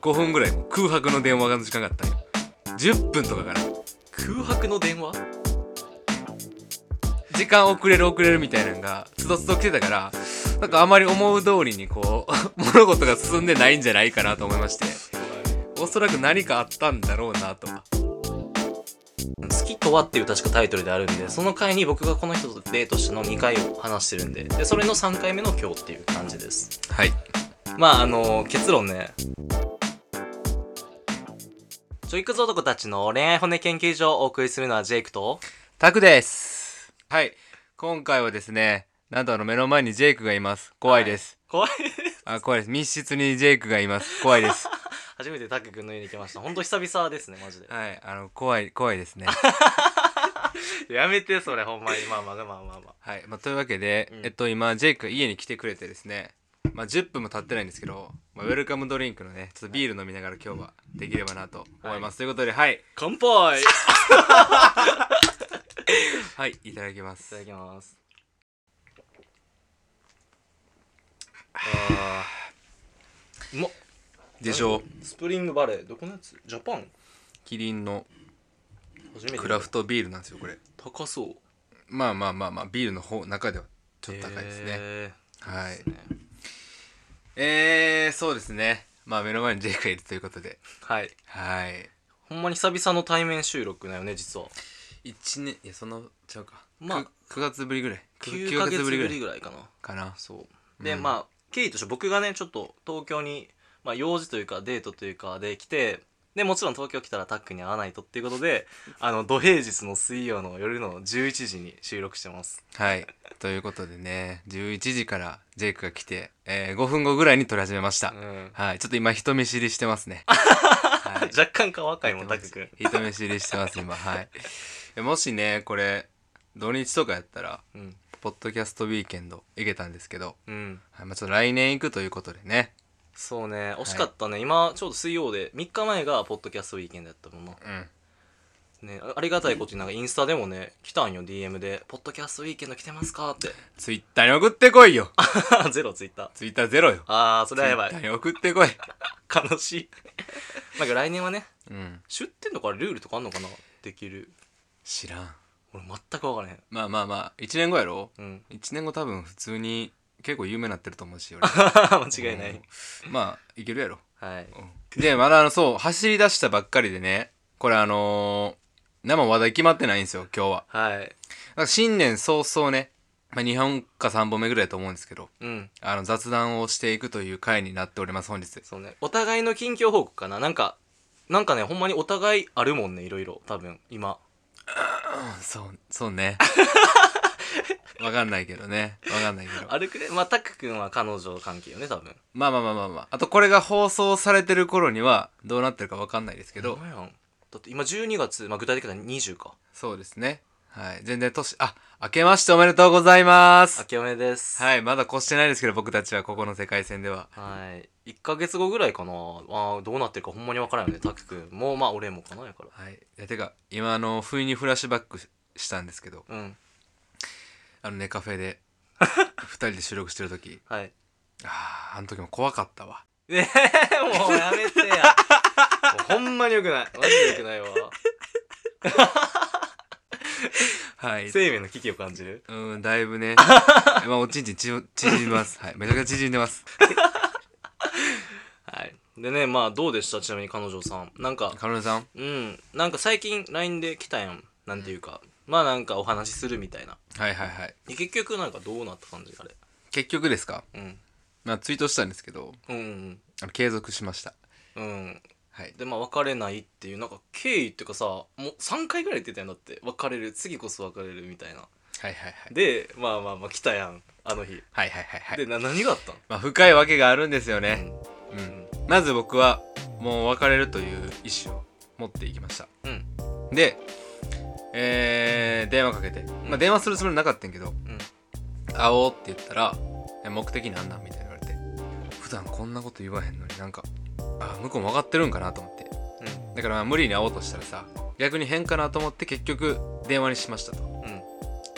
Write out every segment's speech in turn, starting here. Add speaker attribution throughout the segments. Speaker 1: 5分ぐらいもう空白の電話の時間があったんよ10分とかかな
Speaker 2: 空白の電話
Speaker 1: 時間遅れる遅れるみたいなのがつどつど来てたからなんかあまり思う通りにこう 物事が進んでないんじゃないかなと思いましておそらく何かあったんだろうなと
Speaker 2: 好きとはっていう確かタイトルであるんで、その回に僕がこの人とデートしたの2回を話してるんで、で、それの3回目の今日っていう感じです。
Speaker 1: はい
Speaker 2: まあ、あの、結論ね。ちょいくず男たちの恋愛骨研究所をお送りするのはジェイクと、
Speaker 1: タクですはい今回はですねなんとあの目の前にジェイクがいます怖いです、
Speaker 2: 怖い。
Speaker 1: あ怖いです密室にジェイクがいます怖いです
Speaker 2: 初めてタック君の家に来ました。ほんと久々ですね、マジ で。
Speaker 1: はいあの怖い怖いですね
Speaker 2: やめて、それ、ほんまに。まあまあまあまあまあ。
Speaker 1: はい、まあ、というわけで、
Speaker 2: うん
Speaker 1: えっと今ジェイクが家に来てくれてですね、まあ、10分も経ってないんですけど、まあ、ウェルカムドリンクのねちょっとビール飲みながら今日はできればなと思います、ということではい
Speaker 2: 乾杯い
Speaker 1: はいいただきます
Speaker 2: ただきます。あーうまっ
Speaker 1: でしょう
Speaker 2: スプリングバレーどこのやつジャパン
Speaker 1: キリンの
Speaker 2: 初めて
Speaker 1: クラフトビールなんですよこれ
Speaker 2: 高そう
Speaker 1: まあまあまあまあビールの方中ではちょっと高いですね、
Speaker 2: へー
Speaker 1: はい
Speaker 2: いいですね
Speaker 1: えー、そうですねまあ目の前にジェイクがいるということで
Speaker 2: はい
Speaker 1: はい
Speaker 2: ほんまに久々の対面収録だよね実は
Speaker 1: 1年いやそんなちゃうか
Speaker 2: まあ
Speaker 1: く 9, 月ぶりぐらいく
Speaker 2: 9ヶ月ぶりぐらいかな
Speaker 1: かな
Speaker 2: そうで、
Speaker 1: うん
Speaker 2: まあ経緯として僕がねちょっと東京に、まあ、用事というかデートというかで来てでもちろん東京来たらタックに会わないとっていうことであの土平日の水曜の夜の11時に収録してます
Speaker 1: はい。ということでね、11時からジェイクが来て、えー5分後ぐらいに撮り始めました。
Speaker 2: ん
Speaker 1: はい。ちょっと今、人見知りしてます ね。はい。
Speaker 2: 若干か若いもんタック君
Speaker 1: 人見知りしてます、今。はい。えもしね、これ、土日とかやったら、
Speaker 2: うん
Speaker 1: ポッドキャストウィーケンド行けたんですけど、
Speaker 2: うん
Speaker 1: はい、まあちょっと来年行くということでね。
Speaker 2: そうね惜しかったね、今ちょうど水曜で3日前がポッドキャストウィーケンドやったもの
Speaker 1: うん。
Speaker 2: ねあありがたいことになんかインスタでもね来たんよ DM で「ポッドキャストウィーケンド来てますか?」って
Speaker 1: ツイッターに送ってこいよ
Speaker 2: ゼロツイッター
Speaker 1: ツイッターゼロよ
Speaker 2: ああそれはやば
Speaker 1: ツイッ
Speaker 2: い
Speaker 1: ターに送ってこい
Speaker 2: 悲しい なんか来年はね
Speaker 1: うん。
Speaker 2: 出店とかルールとかあんのかなできる
Speaker 1: 知らん。
Speaker 2: 俺全く分からへん
Speaker 1: まあまあまあ、1年後やろ
Speaker 2: うん
Speaker 1: ?1 年後多分普通に結構有名になってると思うし、俺。
Speaker 2: 間違いない、
Speaker 1: うんまあいけるやろ、
Speaker 2: はい
Speaker 1: でまだあのそう走り出したばっかりでねこれあのー、生話題決まってないんですよ今日は
Speaker 2: はい
Speaker 1: だから新年早々ね、まあ、2本か3本目ぐらいだと思うんですけど
Speaker 2: うん
Speaker 1: あの雑談をしていくという回になっております本日
Speaker 2: そうねお互いの近況報告かななんかなんかねほんまにお互いあるもんねいろいろ多分今
Speaker 1: そうそう ねわかんないけどねわかんないけど
Speaker 2: あれくれまあタック君は彼女関係よね多分
Speaker 1: まあまあまあまあまああとこれが放送されてる頃にはどうなってるかわかんないですけ
Speaker 2: ほ
Speaker 1: ど
Speaker 2: んまやんだって今12月、まあ、具体的には20か
Speaker 1: そうですねはい全然年あ明けましておめでとうございます
Speaker 2: 明けおめです
Speaker 1: はい、まだ越してないですけど、僕たちはここの世界線では。
Speaker 2: はい1ヶ月後ぐらいかなあーどうなってるかほんまに分からんよねタック君もまあ俺もかなやか
Speaker 1: はい。いやてか、今、あの、不意にフラッシュバックししたんですけど、
Speaker 2: らうん
Speaker 1: あのね、カフェで、二人で収録してる時
Speaker 2: はい
Speaker 1: ああ、あの時も怖かったわ。
Speaker 2: ねえ もうやめてやもう ほんまによくないマジでよくないわ
Speaker 1: はい。
Speaker 2: 生命の危機を感じる
Speaker 1: うん、だいぶね、まあ、おちんちんちよ縮みます。はい。めちゃくちゃ縮んでます。
Speaker 2: はいでねまあどうでしたちなみに彼女さんなんか
Speaker 1: カロネさん
Speaker 2: うんなんか最近 LINE で来たやんなんていうか、まあなんかお話しするみたいな
Speaker 1: はいはいはい。
Speaker 2: で結局なんかどうなった感じあれ
Speaker 1: 結局ですか
Speaker 2: うん
Speaker 1: まあ、ツイートしたんですけど、
Speaker 2: うん
Speaker 1: あの継続しました。
Speaker 2: うんうん
Speaker 1: はい。
Speaker 2: でまあ別れないっていうなんか経緯っていうかさもう3回ぐらい言ってたんだって別れる次こそ別れるみたいな
Speaker 1: はいはいはい。
Speaker 2: でまあまあまあ来たやんあの日
Speaker 1: はいはいはいはい。
Speaker 2: でな何があったん
Speaker 1: まあ、深いわけがあるんですよね。
Speaker 2: う
Speaker 1: うん
Speaker 2: ん
Speaker 1: まず僕はもう別れるという意思を持っていきました
Speaker 2: うん
Speaker 1: で、えー電話かけて、まあ、電話するつもりなかったんやけど
Speaker 2: う
Speaker 1: 「
Speaker 2: ん
Speaker 1: 会おう」って言ったら「え目的なんなん?」みたいな言われて普段こんなこと言わへんのになんかあ向こうも分かってるんかなと思って
Speaker 2: うん
Speaker 1: だからまあ無理に会おうとしたらさ逆に変かなと思って結局電話にしましたと
Speaker 2: う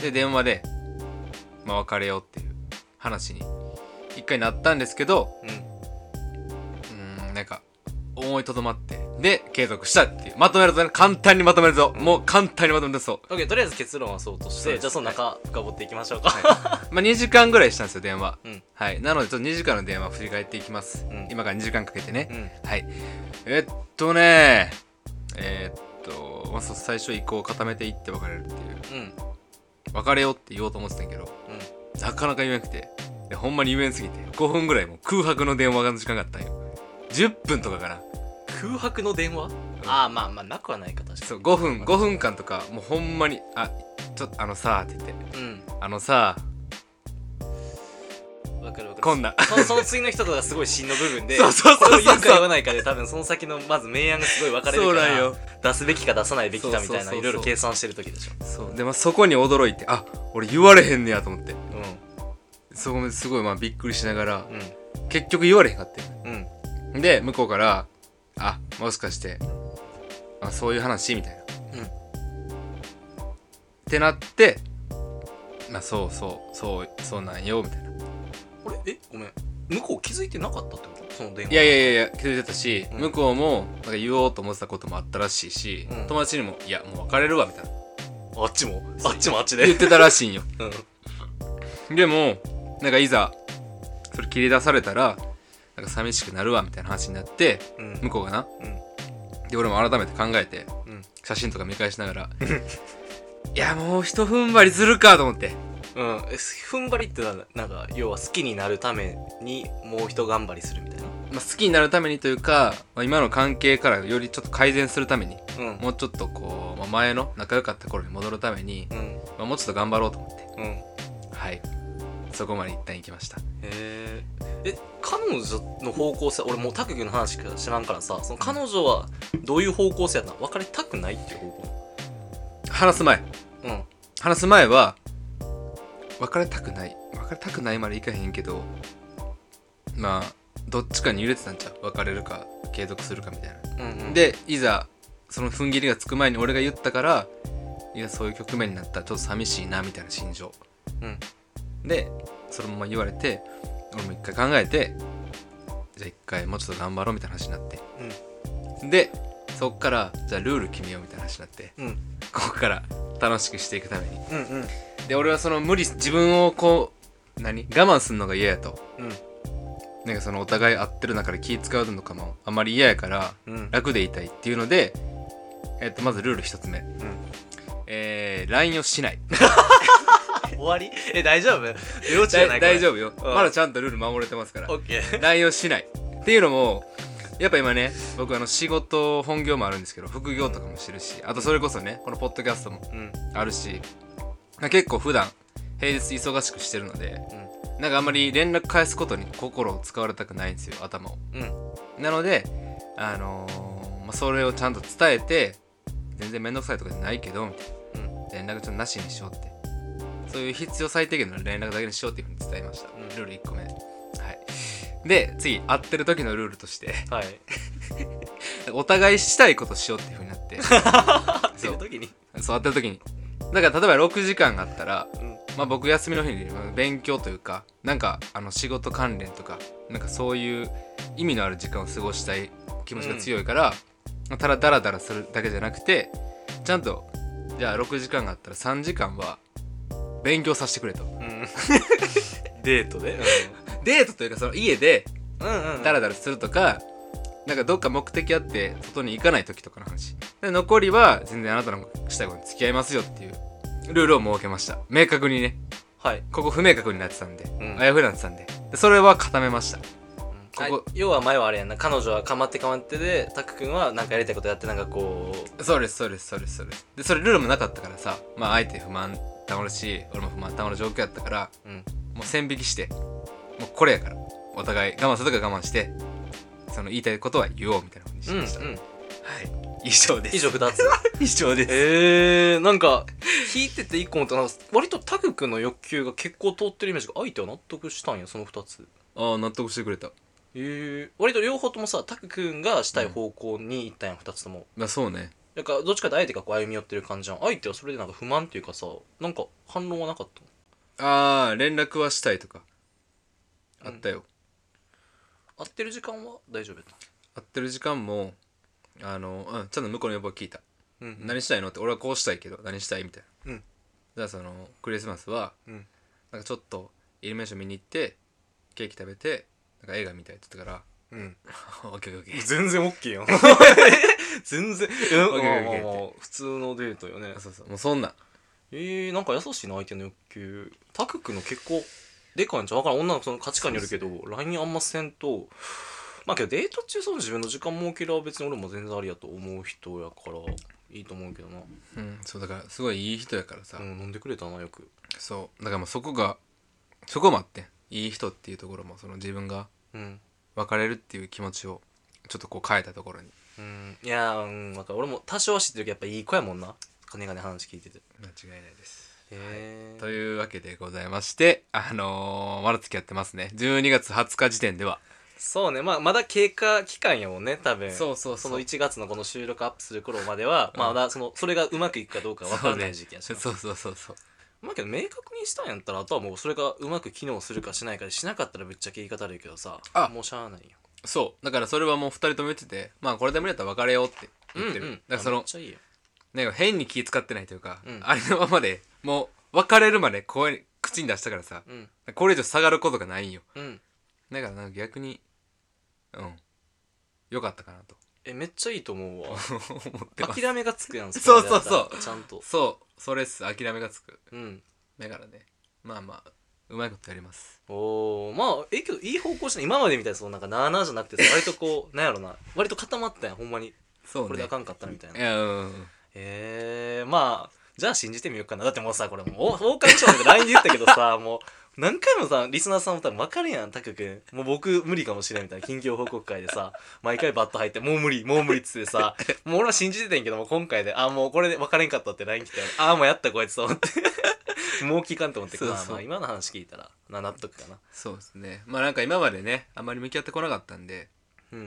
Speaker 2: ん
Speaker 1: で電話で、まあ、別れようっていう話に一回なったんですけど
Speaker 2: うん
Speaker 1: うーんなん思いとどまって、で、継続したっていう。まとめるとね、簡単にまとめるぞ。もう簡単にまとめるぞ。
Speaker 2: OK とりあえず結論はそうとし
Speaker 1: そうで
Speaker 2: て
Speaker 1: す
Speaker 2: じゃあその中深掘っていきましょうか、
Speaker 1: まあ、2時間ぐらいしたんですよ、電話。
Speaker 2: うん
Speaker 1: はい。なので、ちょっと2時間の電話振り返っていきます。
Speaker 2: うん
Speaker 1: 今から2時間かけてね。
Speaker 2: うん
Speaker 1: はい。えっとね、えっと、まあ、そう最初意向を固めていって別れるっていう。
Speaker 2: うん
Speaker 1: 別れようって言おうと思ってたんやけど、
Speaker 2: うん
Speaker 1: なかなか言えなくて。で、ほんまに言えんすぎて、5分ぐらいもう空白の電話が時間があったんよ。10分とかかな。
Speaker 2: 空白の電話、ああまあまあなくはないか確かに
Speaker 1: そう、5分、5分間とか、もうほんまに、あ、ちょっとあのさ、って言って、
Speaker 2: うん
Speaker 1: あのさ、
Speaker 2: わかるわかる
Speaker 1: こんな。
Speaker 2: そのその次の人とがすごい芯の部分で
Speaker 1: そうそうそうそう
Speaker 2: れを言うか言わないかで多分その先のまず明暗がすごい分かれる
Speaker 1: そう
Speaker 2: か
Speaker 1: なん
Speaker 2: ら
Speaker 1: よ。
Speaker 2: 出すべきか出さないべきかみたい
Speaker 1: そうそうそう
Speaker 2: な
Speaker 1: そう
Speaker 2: いろいろ計算してる時でしょ
Speaker 1: そう。で、まあ、そこに驚いて、あ、俺言われへんねやと思って。
Speaker 2: う
Speaker 1: そこですごいまあびっくりしながら、
Speaker 2: ん
Speaker 1: 結局言われへんかって。
Speaker 2: うんうん
Speaker 1: で向こうから「あもしかしてあそういう話?」みたいな。
Speaker 2: うん
Speaker 1: ってなって「まあそうそうそうそうなんよ」みたいな。
Speaker 2: あれえごめん向こう気づいてなかったってことその電話
Speaker 1: いやいやいやいや気づいてたし、
Speaker 2: うん
Speaker 1: 向こうもなんか言おうと思ってたこともあったらしいし、
Speaker 2: うん
Speaker 1: 友達にも「いやもう別れるわ」みたいな
Speaker 2: あっちもあっちもあっちで
Speaker 1: 言ってたらしいんよ。
Speaker 2: うん
Speaker 1: でもなんかいざそれ切り出されたらなんか寂しくなるわみたいな話になって
Speaker 2: うん
Speaker 1: 向こうがな
Speaker 2: うん
Speaker 1: で俺も改めて考えて
Speaker 2: うん
Speaker 1: 写真とか見返しながら いやもう一踏ん張りするかと思って
Speaker 2: うんえ踏ん張りってなんだなんか要は好きになるためにもう一頑張りするみたいな
Speaker 1: まあ、好きになるためにというか、まあ、今の関係からよりちょっと改善するために
Speaker 2: うん
Speaker 1: もうちょっとこう、まあ、前の仲良かった頃に戻るために、
Speaker 2: うん
Speaker 1: まあ、もうちょっと頑張ろうと思って
Speaker 2: うんへ
Speaker 1: はいそこまで一旦行きました
Speaker 2: ええ彼女の方向性俺もう卓球の話しか知らんからさその彼女はどういう方向性やったの別れたくないっていう方向
Speaker 1: 話す前
Speaker 2: うん
Speaker 1: 話す前は別れたくない別れたくないまでいかへんけどまあどっちかに揺れてたんちゃう別れるか継続するかみたいな
Speaker 2: うんうん、
Speaker 1: でいざその踏ん切りがつく前に俺が言ったからいやそういう局面になったらちょっと寂しいなみたいな心情
Speaker 2: うん、
Speaker 1: でそのまま言われて俺も一回考えてじゃあ一回もうちょっと頑張ろうみたいな話になって、でそっからじゃあルール決めようみたいな話になって
Speaker 2: うん
Speaker 1: ここから楽しくしていくために
Speaker 2: うんうん
Speaker 1: で俺はその無理自分をこう何我慢するのが嫌やと
Speaker 2: うん
Speaker 1: なんかそのお互い合ってる中で気使うのとかもあんまり嫌やから
Speaker 2: うん
Speaker 1: 楽でいたいっていうので、えっと、まずルール一つ目、えー、LINE をしない
Speaker 2: 終わり え大丈夫幼稚じゃな い
Speaker 1: 大 大丈
Speaker 2: 夫
Speaker 1: 夫よ、
Speaker 2: ん
Speaker 1: まだちゃんとルール守れてますから
Speaker 2: オッケー
Speaker 1: LINE をしないっていうのもやっぱ今ね僕あの仕事本業もあるんですけど副業とかもしてるしあとそれこそねこのポッドキャストも
Speaker 2: うん
Speaker 1: あるしまあ結構普段平日忙しくしてるのでなんかあんまり連絡返すことに心を使われたくないんですよ頭を
Speaker 2: うんうん
Speaker 1: なのであのーまあ、それをちゃんと伝えて全然面倒くさいとかじゃないけどみたいな
Speaker 2: うん
Speaker 1: 連絡ちょっとなしにしようってそういう必要最低限の連絡だけにしようっていうふうに伝えました、
Speaker 2: ん
Speaker 1: ルール1個目はいで次会ってる時のルールとして
Speaker 2: はい
Speaker 1: お互いしたいことしようっていうふうになって
Speaker 2: って
Speaker 1: そ
Speaker 2: いう
Speaker 1: う
Speaker 2: 時に
Speaker 1: そう会ってる時にだから例えば6時間があったら、
Speaker 2: うん
Speaker 1: まあ、僕休みの日にまあ勉強というかなんかあの仕事関連とかなんかそういう意味のある時間を過ごしたい気持ちが強いから、ただダラダラするだけじゃなくてちゃんとじゃあ6時間があったら3時間は勉強させてくれと
Speaker 2: うん デートで
Speaker 1: デートというかその家で
Speaker 2: うんうんうん
Speaker 1: ダラダラするとか、なんかどっか目的あって外に行かない時とかの話で残りは全然あなたのしたいことに付き合いますよっていうルールを設けました明確にね
Speaker 2: はい
Speaker 1: ここ不明確になってたんで、
Speaker 2: ん
Speaker 1: あやふやになってたんででそれは固めましたここ
Speaker 2: あ要は前はあれやんな彼女はかまってかまってでタク君はなんかやりたいことやってなんかこ
Speaker 1: そうですそうですそうですそうですでそれルールもなかったからさまああえて不満たまるし俺も不満たまる状況やったから
Speaker 2: ううん
Speaker 1: もう線引きしてもうこれやからお互い我慢するとか我慢してその言いたいことは言おうみたいなことにし
Speaker 2: うんう
Speaker 1: ました、
Speaker 2: ん
Speaker 1: はい以上 です
Speaker 2: 以上2つ
Speaker 1: 以上です
Speaker 2: えー、なんか聞いてて1個思ったのは割とタク君の欲求が結構通ってるイメージが相手は納得したんやその2つ
Speaker 1: ああ納得してくれた
Speaker 2: えー、割と両方ともさタク君がしたい方向に行ったんや2つとも
Speaker 1: まあそうね
Speaker 2: なんかどっちかって相手がこう歩み寄ってる感じじゃん相手はそれでなんか不満っていうかさなんか反論はなかった
Speaker 1: ああ連絡はしたいとかあったよ、
Speaker 2: 合ってる時間は大丈夫やった
Speaker 1: 会ってる時間もあの、うん、ちゃんと向こうの要望を聞いた、
Speaker 2: うん
Speaker 1: 何したいのって俺はこうしたいけど何したいみたいな、
Speaker 2: うん
Speaker 1: じゃあそのクリスマスは
Speaker 2: うん
Speaker 1: なんかちょっとイルミネーション見に行ってケーキ食べてなんか映画見たいって言ったから
Speaker 2: うん
Speaker 1: 「 オッケーオッケーオッケ
Speaker 2: 全然 OK よ 全然 いや
Speaker 1: オッケーオッケー
Speaker 2: まあまあまあ普通のデートよね
Speaker 1: ー」そうそうもうそんなん
Speaker 2: えー、なんか優しいな相手の欲求タク君の結構でかいんちゃうわからん女の子の価値観によるけど LINE あんませんとまあけどデート中その自分の時間設ければ別に俺も全然ありやと思う人やからいいと思うけどな、
Speaker 1: うんそうだからすごいいい人やからさ、
Speaker 2: うん、飲んでくれたなよく
Speaker 1: そうだからもうそこがそこもあってんいい人っていうところもその自分が
Speaker 2: うん
Speaker 1: 別れるっていう気持ちをちょっとこう変えたところに
Speaker 2: うんいやーうんわかる俺も多少は知ってるけどやっぱいい子やもんな金がね話聞いてて
Speaker 1: 間違いないです
Speaker 2: へえ
Speaker 1: というわけでございましてあのー、まだ付き合ってますね12月20日時点では
Speaker 2: そうねまあまだ経過期間やもんね多分
Speaker 1: そうそうそう
Speaker 2: その1月のこの収録アップする頃までは、まあまだそのそれがうまくいくかどうか分からない時期や し
Speaker 1: そ
Speaker 2: な
Speaker 1: うそうそうそう
Speaker 2: まあけど明確にしたんやったらあとはもうそれがうまく機能するかしないかでしなかったらぶっちゃけ言い方悪いけどさ
Speaker 1: あ
Speaker 2: もうしゃあないよ
Speaker 1: そうだからそれはもう2人とも言っててまあこれで無理だったら別れようって言ってる、
Speaker 2: うんうん
Speaker 1: だからそ
Speaker 2: め
Speaker 1: の
Speaker 2: っちゃいいよ
Speaker 1: なんか変に気使ってないというか、
Speaker 2: うん
Speaker 1: あれのままでもう別れるまで声に口に出したからさ
Speaker 2: うん
Speaker 1: これ以上下がることがないんよ
Speaker 2: うん
Speaker 1: だからなんか逆にうん良かったかなと
Speaker 2: えめっちゃいいと思うわ
Speaker 1: 思ってます
Speaker 2: 諦めがつくやん
Speaker 1: そうそうそう
Speaker 2: こまでやったらちゃんと
Speaker 1: そうそれっす諦めがつく
Speaker 2: うん
Speaker 1: だからねまあまあうまいことやります
Speaker 2: おーまあええけどいい方向じゃない今までみたいにそのなんかなあなあじゃなくてさ割とこうなんやろな割と固まったやんほんまに
Speaker 1: そうね
Speaker 2: これであかんかったなみたいなへ
Speaker 1: いやうんうんうん
Speaker 2: えー、まあじゃあ信じてみようかなだってもうさこれもうおオオカミ少年で LINE で言ったけど さもう何回もさリスナーさんも多分分かるやんタク君もう僕無理かもしれんみたいな近況報告会でさ毎回バット入ってもう無理もう無理っつってさもう俺は信じててんけどもう今回であもうこれで分かれんかったって LINE 来てああもうやったこいつと思って もう聞かんと思って
Speaker 1: そうそう
Speaker 2: まあまあ今の話聞いたらな納得かな
Speaker 1: そうですねまあなんか今までねあまり向き合ってこなかったんで、
Speaker 2: うん
Speaker 1: ま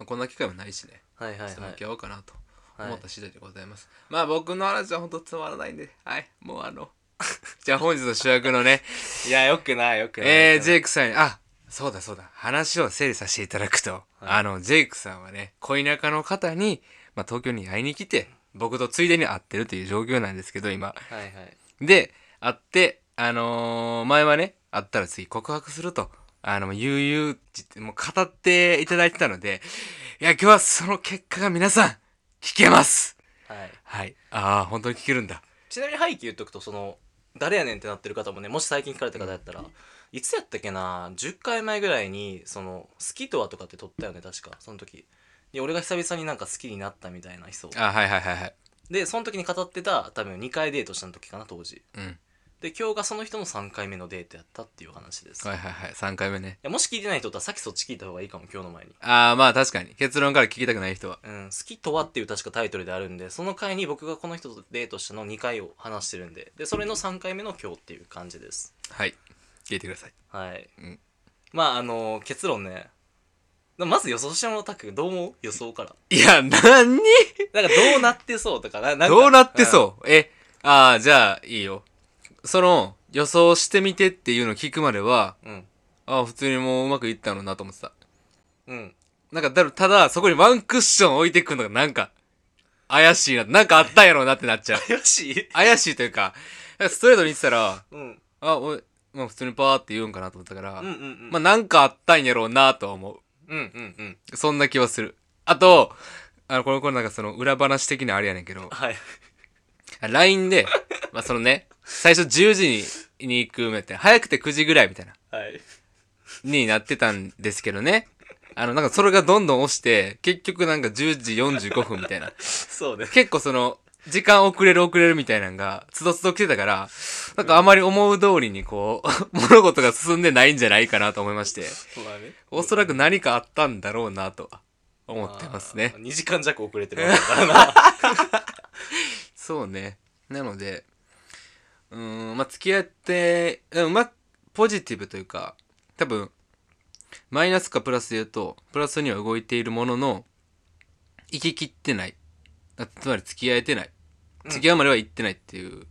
Speaker 1: あ、こんな機会もないしね
Speaker 2: はいはいは
Speaker 1: ちょ
Speaker 2: い
Speaker 1: っと向き合おうかなと
Speaker 2: はい
Speaker 1: 思った次第でございます、まあ僕の話は本当つまらないんではいもうあの じゃあ本日の主役のね
Speaker 2: いやよくないよくない
Speaker 1: えー、ジェイクさんにあそうだそうだ話を整理させていただくと、あのジェイクさんはね恋仲の方に、まあ、東京に会いに来て僕とついでに会ってるという状況なんですけど今
Speaker 2: はいはい
Speaker 1: で会ってあのー前はね会ったら次告白するとあの悠々ってもう語っていただいてたのでいや今日はその結果が皆さん聞けます
Speaker 2: はい
Speaker 1: はいああ本当に聞けるんだ
Speaker 2: ちなみに背景言っとくとその誰やねんってなってる方もねもし最近聞かれた方やったら、いつやったっけな10回前ぐらいにその「好きとは」とかって撮ったよね確かその時で俺が久々になんか好きになったみたいな人
Speaker 1: あはいはいはいはい
Speaker 2: でその時に語ってた多分2回デートした時かな当時
Speaker 1: うん
Speaker 2: で今日がその人の3回目のデートやったっていう話です、
Speaker 1: はいいはいはい3回目ね
Speaker 2: やもし聞いてない人だったらさっきそっち聞いた方がいいかも今日の前に
Speaker 1: ああまあ確かに結論から聞きたくない人は
Speaker 2: うん、好きとはっていう確かタイトルであるんでその回に僕がこの人とデートしたの2回を話してるんででそれの3回目の今日っていう感じです
Speaker 1: はい聞いてください
Speaker 2: はい、
Speaker 1: うん
Speaker 2: まああの結論ねまず予想してもらおうタクどう思う予想から
Speaker 1: いや何
Speaker 2: なんかどうなってそうとかななんか
Speaker 1: どうなってそう、えああじゃあいいよその予想してみてっていうのを聞くまでは
Speaker 2: うんうん、
Speaker 1: ああ普通にもううまくいったのなと思ってた
Speaker 2: うん、
Speaker 1: なんかだるただそこにワンクッション置いてくのがなんか怪しいななんかあったんやろうなってなっちゃう
Speaker 2: よし
Speaker 1: 怪しいというかなんかストレートに言ってたら
Speaker 2: うん
Speaker 1: あおい、まあ、普通にパーって言うんかなと思ったから、
Speaker 2: うんうんうん
Speaker 1: まあなんかあったんやろうなとは思う
Speaker 2: うんうんうん
Speaker 1: そんな気はする。あと、あの、この頃なんかその裏話的なあれやねんけど、
Speaker 2: はい
Speaker 1: あ LINE で、まあそのね、最初10時にに行くみたいな、早くて9時ぐらいみたいな、
Speaker 2: はい
Speaker 1: になってたんですけどね。あの、なんかそれがどんどん押して、結局なんか10時45分みたいな。
Speaker 2: そうね
Speaker 1: 結構その、時間遅れる遅れるみたいなのが、つどつど来てたから、なんかあまり思う通りにこう、 物事が進んでないんじゃないかなと思いまして、
Speaker 2: まあね
Speaker 1: おそらく何かあったんだろうなと、思ってますね。
Speaker 2: 2時間弱遅れてるわけだから な
Speaker 1: そうねなのでうーんまあ付き合ってうんうまくポジティブというか多分マイナスかプラスで言うとプラスには動いているものの行ききってないあつまり付き合えてない
Speaker 2: うん
Speaker 1: 付き合うまでは行ってないっていう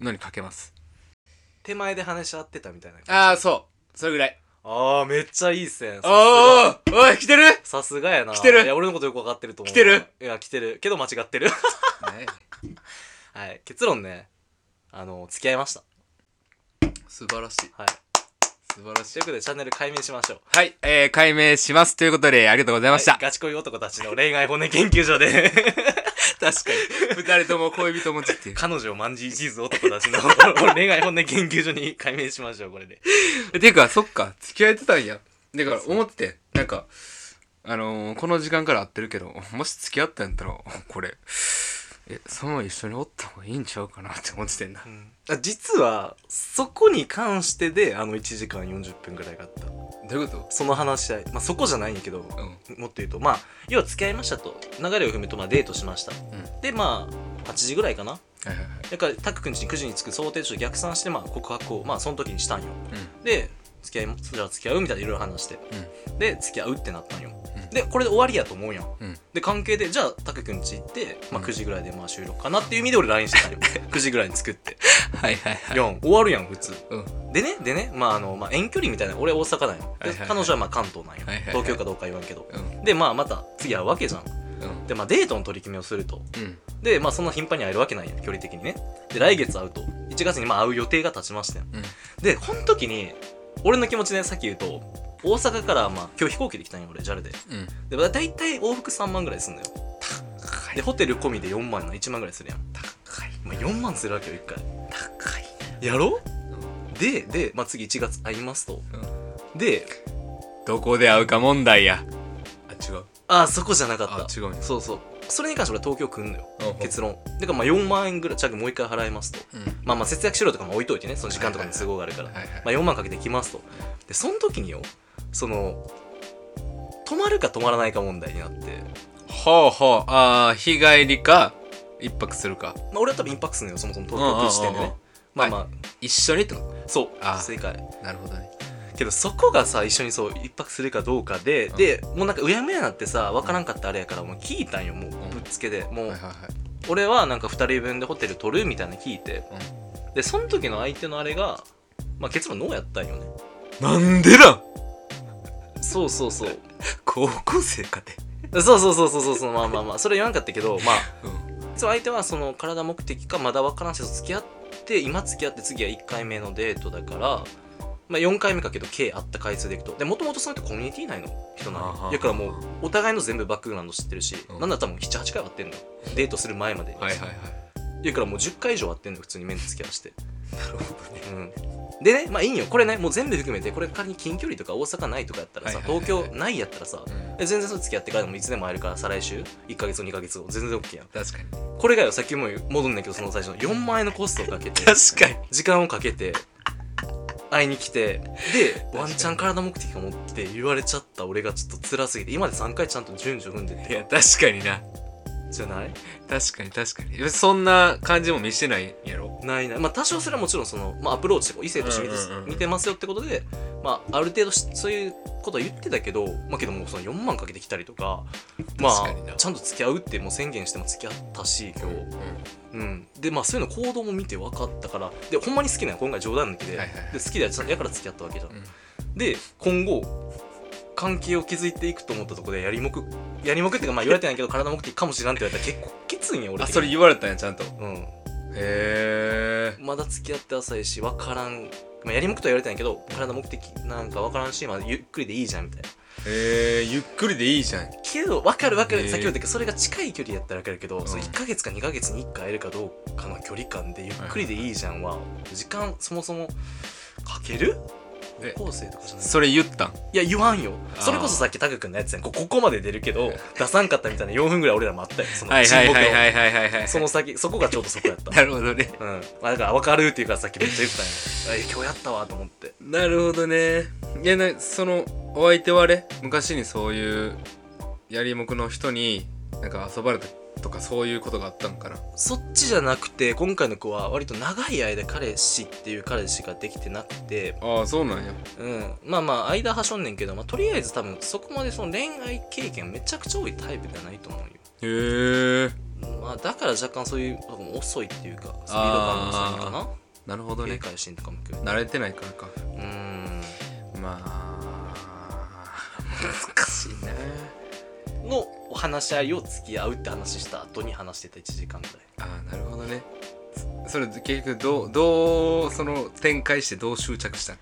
Speaker 1: のにかけます、
Speaker 2: 手前で話し合ってたみたいな
Speaker 1: ああそうそれぐらい
Speaker 2: あーめっちゃいい線さすが
Speaker 1: ああおい来てる
Speaker 2: さすがやな
Speaker 1: 来てる
Speaker 2: いや俺のことよく分かってると思う
Speaker 1: 来てる
Speaker 2: いや来てるけど間違 ってるはい結論ねあの付き合いました
Speaker 1: 素晴らしい
Speaker 2: はい
Speaker 1: 素晴らし
Speaker 2: ということでチャンネル解明しましょう
Speaker 1: はい、えー、解明しますということでありがとうございました、
Speaker 2: はいガチ恋男たちの恋愛骨研究所 で確かに
Speaker 1: 二人とも恋人持ちっていう
Speaker 2: 彼女をまんじいじーず男た ちの恋愛本音研究所に解明しましょうこれで
Speaker 1: ていうかそっか付き合えてたんやだから思っててなんかあのー、この時間から合ってるけどもし付き合ったんやったらこれえそのまま一緒におった方がいいんちゃうかなって思っててんな
Speaker 2: あ実はそこに関してであの1時間40分ぐらいがあった
Speaker 1: どういうこ
Speaker 2: その話し合い、まあ、そこじゃないんやけど
Speaker 1: とうん
Speaker 2: もっと言うとまあ要は付き合いましたと流れを踏むとまあデートしました、
Speaker 1: ん
Speaker 2: でまあ8時ぐらいかな
Speaker 1: はいはいはい
Speaker 2: だからタックくんちに9時に着く想定値と逆算してまあ告白をまあその時にしたんよ
Speaker 1: う
Speaker 2: で付き合いじゃあ付き合うみたいないろいろ話して、で付き合うってなったんよ、
Speaker 1: うん
Speaker 2: でこれで終わりやと思うやん
Speaker 1: んうん
Speaker 2: で関係でじゃあタク君家行って、まあ、
Speaker 1: うん
Speaker 2: 9時ぐらいでまあ収録かなっていう意味で俺 LINE してたよ9時ぐらいに作って
Speaker 1: はいはいはい
Speaker 2: 4終わるやん普通
Speaker 1: うんうん
Speaker 2: でねでねまああの、まあ、遠距離みたいな俺大阪なんよで、
Speaker 1: はいはいはい
Speaker 2: 彼女はまあ関東なんよ、
Speaker 1: はいはいはい
Speaker 2: 東京かどうか言わんけどでまあまた次会うわけじゃん
Speaker 1: うん
Speaker 2: でまあデートの取り決めをすると
Speaker 1: うん
Speaker 2: でまあそんな頻繁に会えるわけないやん距離的にねで来月会うと1月にまあ会う予定が立ちましたよ
Speaker 1: うん
Speaker 2: でこの時に俺の気持ちねさっき言うと大阪からまあ今日飛行機で来たんよ俺 JAL で
Speaker 1: うん
Speaker 2: でまあ大体往復3万ぐらいすんのよ
Speaker 1: 高い
Speaker 2: でホテル込みで4万やな1万ぐらいするやん、
Speaker 1: 高い
Speaker 2: まあ、4万するわけよ1回
Speaker 1: 高い
Speaker 2: やろでで、まあ、次1月会いますと、で
Speaker 1: どこで会うか問題やあ違う
Speaker 2: ああそこじゃなかった
Speaker 1: あ違うんや
Speaker 2: そうそうそれに関して俺東京来んのよ
Speaker 1: うん
Speaker 2: 結論だからまあ4万円ぐらいちゃんともう一回払いますと
Speaker 1: うん
Speaker 2: まあまあ節約しろとかも置いといてねその時間とかに都合があるから、
Speaker 1: はいはい
Speaker 2: まあ、4万かけて来ますとでその時によその泊まるか泊まらないか問題になって、
Speaker 1: ほうほうああ日帰りか一泊するか
Speaker 2: まあ、俺は多分インパクするのよそもそも東京来る時点で
Speaker 1: うんうんうん
Speaker 2: ね
Speaker 1: うん
Speaker 2: まあまあ、
Speaker 1: 一緒にってこ
Speaker 2: そう
Speaker 1: あー
Speaker 2: 正解
Speaker 1: となるほどね
Speaker 2: けどそこがさ一緒にそう一泊するかどうかで、
Speaker 1: うん
Speaker 2: でもうなんかうやむやなってさ分からんかったあれやからもう聞いたんよもうぶっつけで、
Speaker 1: は
Speaker 2: もう
Speaker 1: いはいはい
Speaker 2: 俺はなんか2人分でホテル取るみたいなの聞いて
Speaker 1: うん
Speaker 2: でその時の相手のあれが、まあ、結論ノーやったんよね
Speaker 1: なんでなん
Speaker 2: そうそうそう
Speaker 1: 高校生かて
Speaker 2: そうそうそうそうそうそうまあまあまあそれ言わんかった けどまあ
Speaker 1: うん
Speaker 2: 実は相手はその体目的かまだ分からんけど付き合って今付き合って次は1回目のデートだから、まあ、4回目かけど計あった回数でいくとでもともとその人コミュニティ内の人な
Speaker 1: あは
Speaker 2: の
Speaker 1: は
Speaker 2: だからもうお互いの全部バックグラウンド知ってるし、
Speaker 1: うん
Speaker 2: なんだったらもう78回会ってんのデートする前までに、
Speaker 1: はいはいはい
Speaker 2: だからもう10回以上会ってんのよ普通に面で付き合わせて、
Speaker 1: なるほどね
Speaker 2: うん、でねまあいいんよこれねもう全部含めてこれ仮に近距離とか大阪ないとかやったらさ、
Speaker 1: はいはいはいはい
Speaker 2: 東京ないやったらさ、
Speaker 1: うん
Speaker 2: え全然それ付き合ってからでもいつでも会えるから再来週1ヶ月後2ヶ月後全然 OK やん
Speaker 1: 確かに
Speaker 2: これがよ、さっきも戻んねんけど、その最初の4万円のコストをかけて、
Speaker 1: かに
Speaker 2: 時間をかけて、会いに来て、
Speaker 1: か
Speaker 2: で、
Speaker 1: に
Speaker 2: ワンチャン体目的を持って言われちゃった俺がちょっと辛すぎて、今まで3回ちゃんと順序踏んでっ
Speaker 1: いや
Speaker 2: て
Speaker 1: 確かにな
Speaker 2: じゃない
Speaker 1: 確かに確かにそんな感じも見せてないんやろ
Speaker 2: ないない。まあ多少それはもちろんその、まあアプローチとか異性として見て,、
Speaker 1: うんうんうん
Speaker 2: 見てますよってことで、まあある程度しそういうことは言ってたけど、まあけどもうその4万かけてきたりとか、ま
Speaker 1: 確かにな
Speaker 2: あちゃんと付き合うってもう宣言しても付き合ったし、今日。うん、でまあそういうの行動も見て分かったからでほんまに好きなの今回冗談抜きで,、
Speaker 1: はいはいはい
Speaker 2: で好きだやつやから付き合ったわけじゃん、
Speaker 1: うん
Speaker 2: で今後関係を築いていくと思ったところでやりもくやりもくっていうかまあ言われてないけど体目的かもしれんって言われたら結構きついんや俺
Speaker 1: あ
Speaker 2: 的に
Speaker 1: それ言われたんやちゃんと
Speaker 2: うん
Speaker 1: へえ
Speaker 2: まだ付き合って浅いし分からん、まあ、やりもくとは言われてないけど体目的なんか分からんし、まあ、ゆっくりでいいじゃんみたいな
Speaker 1: へえゆっくりでいいじゃん
Speaker 2: けど分かる分か
Speaker 1: へ
Speaker 2: る
Speaker 1: ー
Speaker 2: 先ほど言ったけどそれが近い距離やったら分かるけど、
Speaker 1: ん
Speaker 2: その1ヶ月か2ヶ月に1回会えるかどうかの距離感でゆっくりでいいじゃんは時間そもそもかける
Speaker 1: え
Speaker 2: 高校生とかじゃない
Speaker 1: それ言ったん
Speaker 2: いや言わんよ
Speaker 1: あー
Speaker 2: それこそさっきタク君のやつやんこここまで出るけど出さんかったみたいな4分ぐらい俺らもあったよその
Speaker 1: はい
Speaker 2: 沈
Speaker 1: はい
Speaker 2: 黙
Speaker 1: は
Speaker 2: の
Speaker 1: いはいはいはいはい
Speaker 2: その先そこがちょうどそこやった
Speaker 1: なるほどね
Speaker 2: うんまあだから分かるっていうからさっきめっちゃ言ったん やえ今日やったわと思って
Speaker 1: なるほどねいやなそのお相手はあれ昔にそういうやりもくの人になんか遊ばれたとかそういうことがあったんかな
Speaker 2: そっちじゃなくて今回の子は割と長い間彼氏っていう彼氏ができてなくて
Speaker 1: ああそうなんや
Speaker 2: うん、まあまあ間はしょんねんけど、まあ、とりあえず多分そこまでその恋愛経験めちゃくちゃ多いタイプではないと思う
Speaker 1: へえ
Speaker 2: よ、まあ、だから若干そういうとこも遅いっていうかスピード感も遅いのか
Speaker 1: なるほ
Speaker 2: な
Speaker 1: ど
Speaker 2: 警
Speaker 1: ね
Speaker 2: 戒心とかも含め
Speaker 1: 慣
Speaker 2: て
Speaker 1: れてないからか
Speaker 2: うーん
Speaker 1: うーまあ難しいね
Speaker 2: のお話し合いを付き合うって話した後に話してた1時間ぐらい
Speaker 1: ああなるほどねつそれ結局どうどうその展開してどう執着した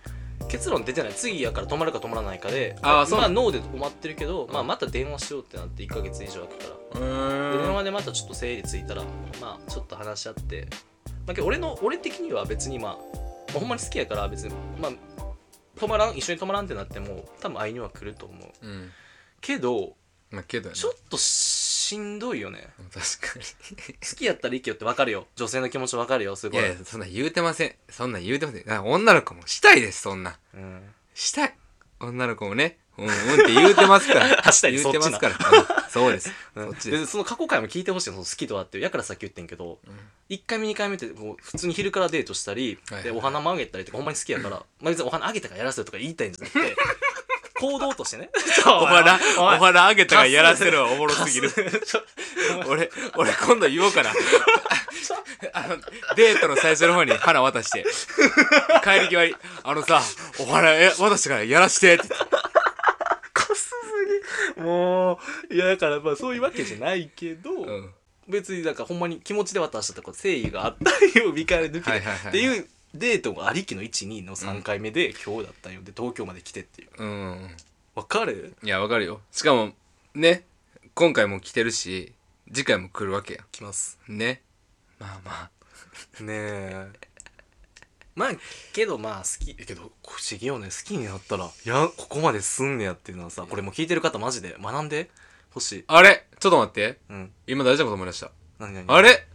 Speaker 1: の
Speaker 2: 結論出てない次やから止まるか止まらないかで
Speaker 1: あーそう
Speaker 2: まあノーで止まってるけど、
Speaker 1: ん
Speaker 2: まあ、また電話しようってなって1ヶ月以上空くから
Speaker 1: う
Speaker 2: で電
Speaker 1: ーん
Speaker 2: 話でまたちょっと整理ついたらまあちょっと話し合って、まあ、けど俺の俺的には別にまあ、まあほんまに好きやから別にまあ止まらん一緒に止まらんってなっても多分会いには来ると思う
Speaker 1: うん
Speaker 2: けど
Speaker 1: まあけどやな
Speaker 2: ちょっとしんどいよね
Speaker 1: うん確かに
Speaker 2: 好きやったらいいけどって分かるよ女性の気持ち分かるよす
Speaker 1: い
Speaker 2: ごい
Speaker 1: やいやそんな言うてませんそんな言うてませんあ女の子もしたいですそんな
Speaker 2: うん、
Speaker 1: したい女の子もねうんうんって言うてます から
Speaker 2: あしたい
Speaker 1: 言うてますからうんそうですそっちです
Speaker 2: でその過去回も聞いてほしいのその好きとはっていうやからさっき言ってんけど、1回目2回目ってこう普通に昼からデートしたり、
Speaker 1: はい
Speaker 2: でお花もあげたりとかほんまに好きやから、まあ、別にお花あげたからやらせるとか言いたいんじゃなくて行動としてねお
Speaker 1: お花お
Speaker 2: おい
Speaker 1: 花あげたがやらせるはおもろすぎる
Speaker 2: ちょ
Speaker 1: 俺俺今度言おう かなあのデートの最初の方に花渡して帰り際に「あのさお花え渡してからやらして」って言って
Speaker 2: かすすぎもういやだからまあそういうわけじゃないけど、
Speaker 1: うん
Speaker 2: 別になんかほんまに気持ちで渡したとか誠意があったよ見返り抜きで、
Speaker 1: はいはいはい
Speaker 2: っていうデートがありきの12の3回目で、今日だったんよで東京まで来てっていう
Speaker 1: うん
Speaker 2: わかる
Speaker 1: いやわかるよしかもね今回も来てるし次回も来るわけや
Speaker 2: 来ます
Speaker 1: んねまあまあ
Speaker 2: ねえまあけどまあ好きけど不思議よね好きになったらやここまですんねやっていうのはさこれもう聞いてる方マジで学んでほしい
Speaker 1: あれちょっと待って
Speaker 2: うん
Speaker 1: 今大事なこと思い出した
Speaker 2: 何何
Speaker 1: あれ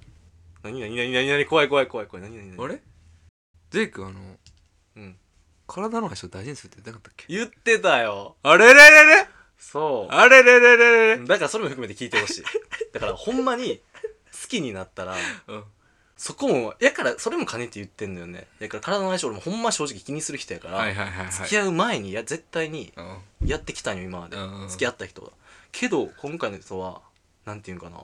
Speaker 2: 何何何何何怖い怖い怖い怖い何何何
Speaker 1: あれジェイクあの
Speaker 2: うん
Speaker 1: 体の話を大事にするって言ってなかったっけ
Speaker 2: 言ってたよ
Speaker 1: あれれれれ
Speaker 2: そ
Speaker 1: あれれれれれれ
Speaker 2: うだからそれも含めて聞いてほ しいだからほんまに好きになったら
Speaker 1: うん
Speaker 2: そこもやからそれも兼ねて言ってんのよねやから体の相性俺もほんま正直気にする人やから、
Speaker 1: はいはいはいは
Speaker 2: 付
Speaker 1: い
Speaker 2: き合う前にいや絶対に
Speaker 1: うん
Speaker 2: やってきたんよ今まで、
Speaker 1: うんうん
Speaker 2: 付き合った人はけど今回の人はなんていうんかな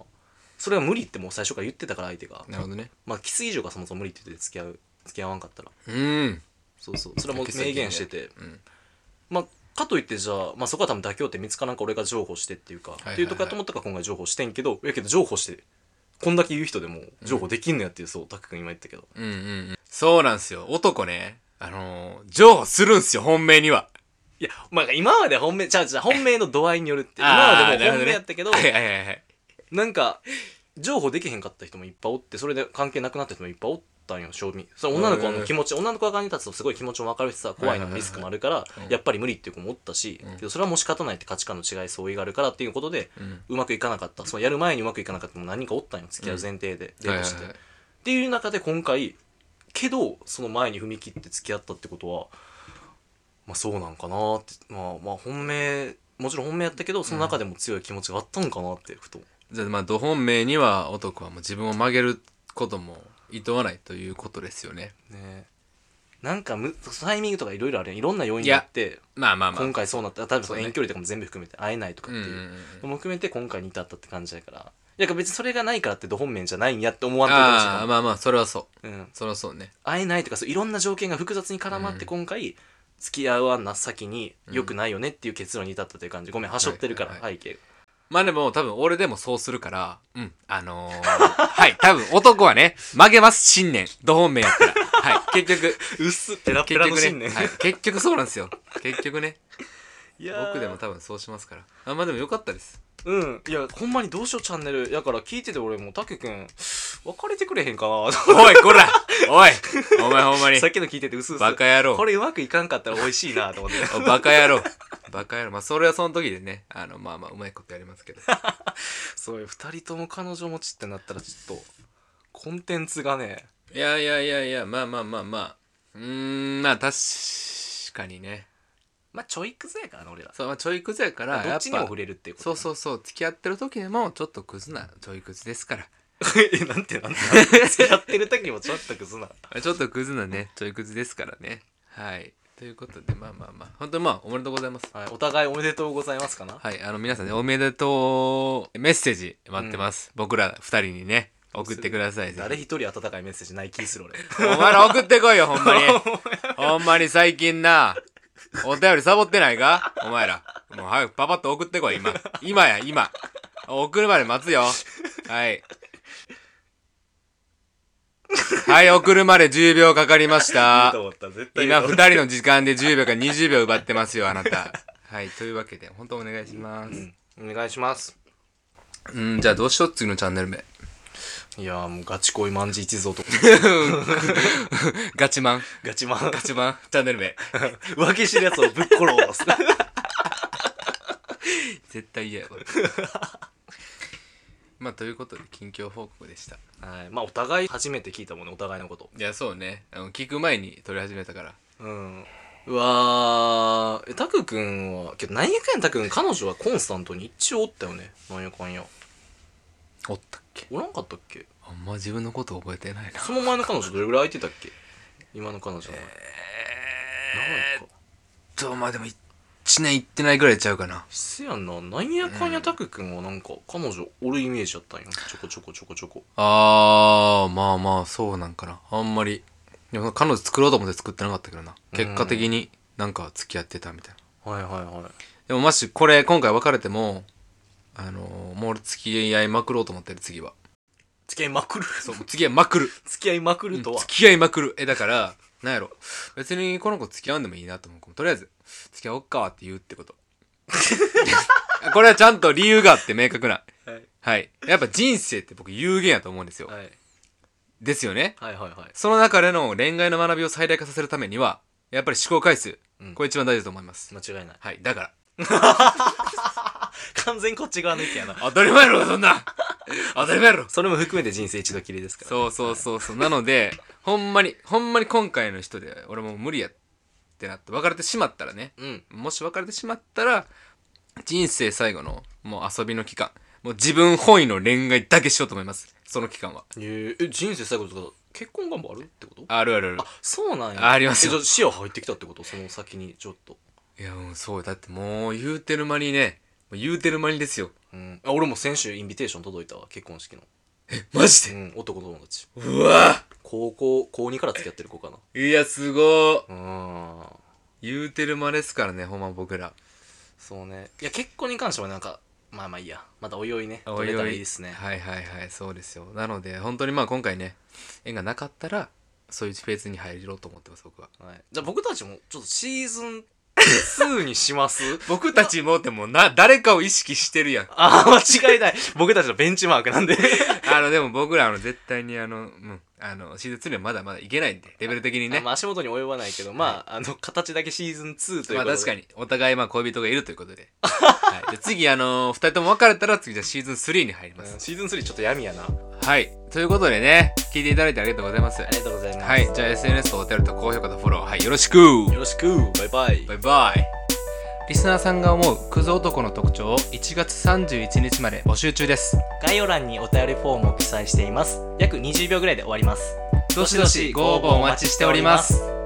Speaker 2: それは無理ってもう最初から言ってたから相手が
Speaker 1: なるほどね
Speaker 2: まあキス以上がそもそも無理って言って付き合う付き合わんかったら
Speaker 1: うん
Speaker 2: そうそうそれはもう明言してて
Speaker 1: うん
Speaker 2: まあかといってじゃあ、まあ、そこは多分妥協って見つからんか俺が譲歩してっていうか、
Speaker 1: いはい
Speaker 2: っていうとこやと思ったから今回譲歩してんけどやけど譲歩してこんだけ言う人でも譲歩できんのやっていう、そうタック君今言ったけど
Speaker 1: うんうんうんそうなんすよ男ねあのー譲歩するんすよ本命にはい
Speaker 2: やまあ今まで本命ちゃうちゃう本命の度合いによるって今
Speaker 1: あ
Speaker 2: ま
Speaker 1: ー
Speaker 2: でも本命やったけど
Speaker 1: はいはいはいはい
Speaker 2: なんか譲歩できへんかった人もいっぱいおってそれで関係なくなった人もいっぱいおったんよ正味それ女の子の気持ち、女の子が側に立つとすごい気持ちも分かるしさ
Speaker 1: は
Speaker 2: 怖い
Speaker 1: いはいはい
Speaker 2: の
Speaker 1: はい
Speaker 2: リスクもあるから、
Speaker 1: うん
Speaker 2: やっぱり無理っていう子もおったし、
Speaker 1: うん
Speaker 2: けどそれはもう仕方ないって価値観の違い相違があるからっていうことで
Speaker 1: うん
Speaker 2: うまくいかなかったそのやる前にうまくいかなかったのも何人かおったんよ付き合う前提で、デートして、
Speaker 1: はいはいはい
Speaker 2: っていう中で今回けどその前に踏み切って付き合ったってことはまあそうなんかなってまあまあ本命もちろん本命やったけどその中でも強い気持ちがあったのかなってふと
Speaker 1: じゃあまあど本命には男はもう自分を曲げることも厭わないということですよね
Speaker 2: ねなんかむタイミングとかいろいろあるやんいろんな要因があって
Speaker 1: まあまあまあ
Speaker 2: 今回そうなった例えばそ
Speaker 1: そう
Speaker 2: の
Speaker 1: ね
Speaker 2: 遠距離とかも全部含めて会えないとか
Speaker 1: う
Speaker 2: っ
Speaker 1: ん
Speaker 2: て
Speaker 1: うん
Speaker 2: いううんのも含めて今回に至ったって感じやからいや別にそれがないからってど本面じゃないんやって思わんといてほしい
Speaker 1: あ
Speaker 2: か
Speaker 1: あ
Speaker 2: も
Speaker 1: まあまあそれはそう
Speaker 2: うん、
Speaker 1: それはそうね
Speaker 2: 会えないとかそういろんな条件が複雑に絡まって
Speaker 1: うん
Speaker 2: 今回付き合わな先に良くないよねっていう結論に至ったという感じごめんはしょってるから
Speaker 1: はい
Speaker 2: 背景
Speaker 1: は
Speaker 2: が、
Speaker 1: まあでも多分俺でもそうするからうんあのー、 はい多分男はね曲げます信念ど本命やったらはい結局
Speaker 2: 薄っペ ラペ
Speaker 1: 結
Speaker 2: ラの
Speaker 1: 局
Speaker 2: 信
Speaker 1: ね、
Speaker 2: 念、
Speaker 1: はい、結局そうなんですよ結局ね
Speaker 2: いやー
Speaker 1: 僕でも多分そうしますからあまあでもよかった です
Speaker 2: うんいやほんまにどうしようチャンネルやから聞いてて俺もうたけくん別れてくれへんかな
Speaker 1: おいこらおいお前ほんまに
Speaker 2: さっきの聞いてて薄々
Speaker 1: バカ野郎
Speaker 2: これうまくいかんかったら美味しいなと思 って
Speaker 1: おバカ野郎バカ野郎まあそれはその時でねあのまあまあうまいことやりますけど
Speaker 2: そういう2人とも彼女持ちってなったらちょっとコンテンツがね
Speaker 1: いやいやいやいやまあまあまあまあうーんまあ確かにね
Speaker 2: まあちょいクズやからな俺ら
Speaker 1: そう、まあ、ちょいクズやから
Speaker 2: ど
Speaker 1: や
Speaker 2: っ
Speaker 1: っ
Speaker 2: ちにも
Speaker 1: ぱ
Speaker 2: 触れるっていうこと
Speaker 1: そうそうそう付き合ってる時でもちょっとクズなちょいクズですから
Speaker 2: えなんてなんて付き合ってる時もちょっとクズな
Speaker 1: ちょっとクズなねちょいクズですからねはいということでまあまあまあ本当にまあおめでとうございます
Speaker 2: はい、お互いおめでとうございますかな、
Speaker 1: はい、あの皆さんね、おめでとうメッセージ待ってます。僕ら二人にね、送ってください。
Speaker 2: 誰
Speaker 1: ぜひ
Speaker 2: 一人温か いメッセージない気する俺
Speaker 1: お前ら送ってこいよ、ほんまに。ほんまに最近な、お便りサボってないかお前ら。もう早くパパッと送ってこい、今。今や、今。送るまで待つよ。はい。はい、送るまで10秒かかりまし
Speaker 2: いい
Speaker 1: た
Speaker 2: と。思った絶対
Speaker 1: 今、
Speaker 2: 言うと思
Speaker 1: 2
Speaker 2: っ
Speaker 1: 人の時間で10秒か20秒奪ってますよ、あなた。はい、というわけで、本当お願いします。
Speaker 2: たお願いします
Speaker 1: うん、じゃあどうしよう、次のチャンネル名。
Speaker 2: いやーもうガチ恋万事一族
Speaker 1: ガチマン。
Speaker 2: ガチマン
Speaker 1: ガチマン、チャンネル名。
Speaker 2: 浮気してるやつをぶっ殺 す
Speaker 1: 絶対嫌やこれまあということで近況報告でした
Speaker 2: はいまあお互い初めて聞いたもんねお互いのこと
Speaker 1: いやそうねあの聞く前に撮り始めたから
Speaker 2: うんうわーえタク君はけど何やかんやタク君彼女はコンスタントに一応おったよね何やかんや
Speaker 1: おったっけ
Speaker 2: おらんかったっけ
Speaker 1: あんま自分のこと覚えてないな
Speaker 2: その前の彼女どれぐらい空いてたっけ今の彼女の前
Speaker 1: え
Speaker 2: 長いか
Speaker 1: とまあでも1年行ってないぐらいちゃうかな
Speaker 2: せやんななんやかんやタク君はなんか彼女おるイメージやったんやちょこちょこちょこちょこ
Speaker 1: あーまあまあそうなんかなあんまりでも彼女作ろうと思って作ってなかったけどな結果的になんか付き合ってたみたいな
Speaker 2: はいはいはい
Speaker 1: でももしこれ今回別れてもあのー、もう俺付き合いまくろうと思ってる次は
Speaker 2: 付き合いまくる
Speaker 1: そうもう次はまくる
Speaker 2: 付き合いまくるとは
Speaker 1: 付き合いまくるえだからなんやろ別にこの子付き合うんでもいいなと思うとりあえず付き合おっかって言うってこと これはちゃんと理由があって明確な
Speaker 2: はい
Speaker 1: はいやっぱ人生って僕有限やと思うんですよ、
Speaker 2: はい
Speaker 1: ですよね
Speaker 2: はいはいはい
Speaker 1: その中での恋愛の学びを最大化させるためにはやっぱり試行回数、
Speaker 2: うん
Speaker 1: これ一番大事だと思います、
Speaker 2: 間違いない
Speaker 1: はいだから
Speaker 2: 完全こっち側の意見やな
Speaker 1: 当たり前やろそんな当たり前やろ
Speaker 2: それも含めて人生一度きりですから
Speaker 1: そうそうそうそう、なのでほんまにほんまに今回の人で俺もう無理やってなって別れてしまったらね、
Speaker 2: うん
Speaker 1: もし別れてしまったら人生最後のもう遊びの期間もう自分本位の恋愛だけしようと思いますその期間は
Speaker 2: ええ人生最後ってことか結婚願望あるってこと
Speaker 1: あるあるある
Speaker 2: あそうなんや
Speaker 1: ありますよ
Speaker 2: えじゃあ視野入ってきたってことその先にちょっと
Speaker 1: いやうんそうよだってもう言うてる間にねもう言うてる間にですよ
Speaker 2: うんあ俺も先週インビテーション届いたわ結婚式の
Speaker 1: マジ
Speaker 2: う
Speaker 1: で
Speaker 2: ん男友達
Speaker 1: うわ
Speaker 2: 高校高2から付き合ってる子かない
Speaker 1: やすご
Speaker 2: うーん
Speaker 1: い言うてる間ですからねほんま僕ら
Speaker 2: そうねいや結婚に関してはなんかまあまあいいやまだおいおいね取れたらいいですね
Speaker 1: はいはいはいそうですよなので本当にまあ今回ね縁がなかったらそういうフェーズに入ろうと思ってます僕は
Speaker 2: はい、じゃあ僕たちもちょっとシーズン2にします
Speaker 1: 僕たちもってもうな誰かを意識してるやん
Speaker 2: ああ間違いない僕たちのベンチマークなんで
Speaker 1: あの、でも僕ら、あの、絶対に、あの、うん、あの、シーズン2にはまだまだいけないんで、レベル的にね。
Speaker 2: まあ、足元に及ばないけどまああの形だけシーズン2ということで、
Speaker 1: まあ確かに、お互い、まあ恋人がいるということで。はい、じゃあ次、あの、二人とも別れたら、次、じゃあシーズン3に入りま
Speaker 2: うん
Speaker 1: す。
Speaker 2: シーズン3ちょっと闇やなあ
Speaker 1: はい。ということでね、聞いていただいてありがとうございます。
Speaker 2: りがとうございます、
Speaker 1: はい。じゃあ SNS とお便りと高評価とフォロー、はい、よろしく
Speaker 2: よろしくバイバイ
Speaker 1: バイバイリスナーさんが思うクズ男の特徴を1月31日まで募集中です。
Speaker 2: 概要欄にお便りフォームを記載しています約20秒ぐらいで終わります
Speaker 1: どしどしご応募お待ちしております。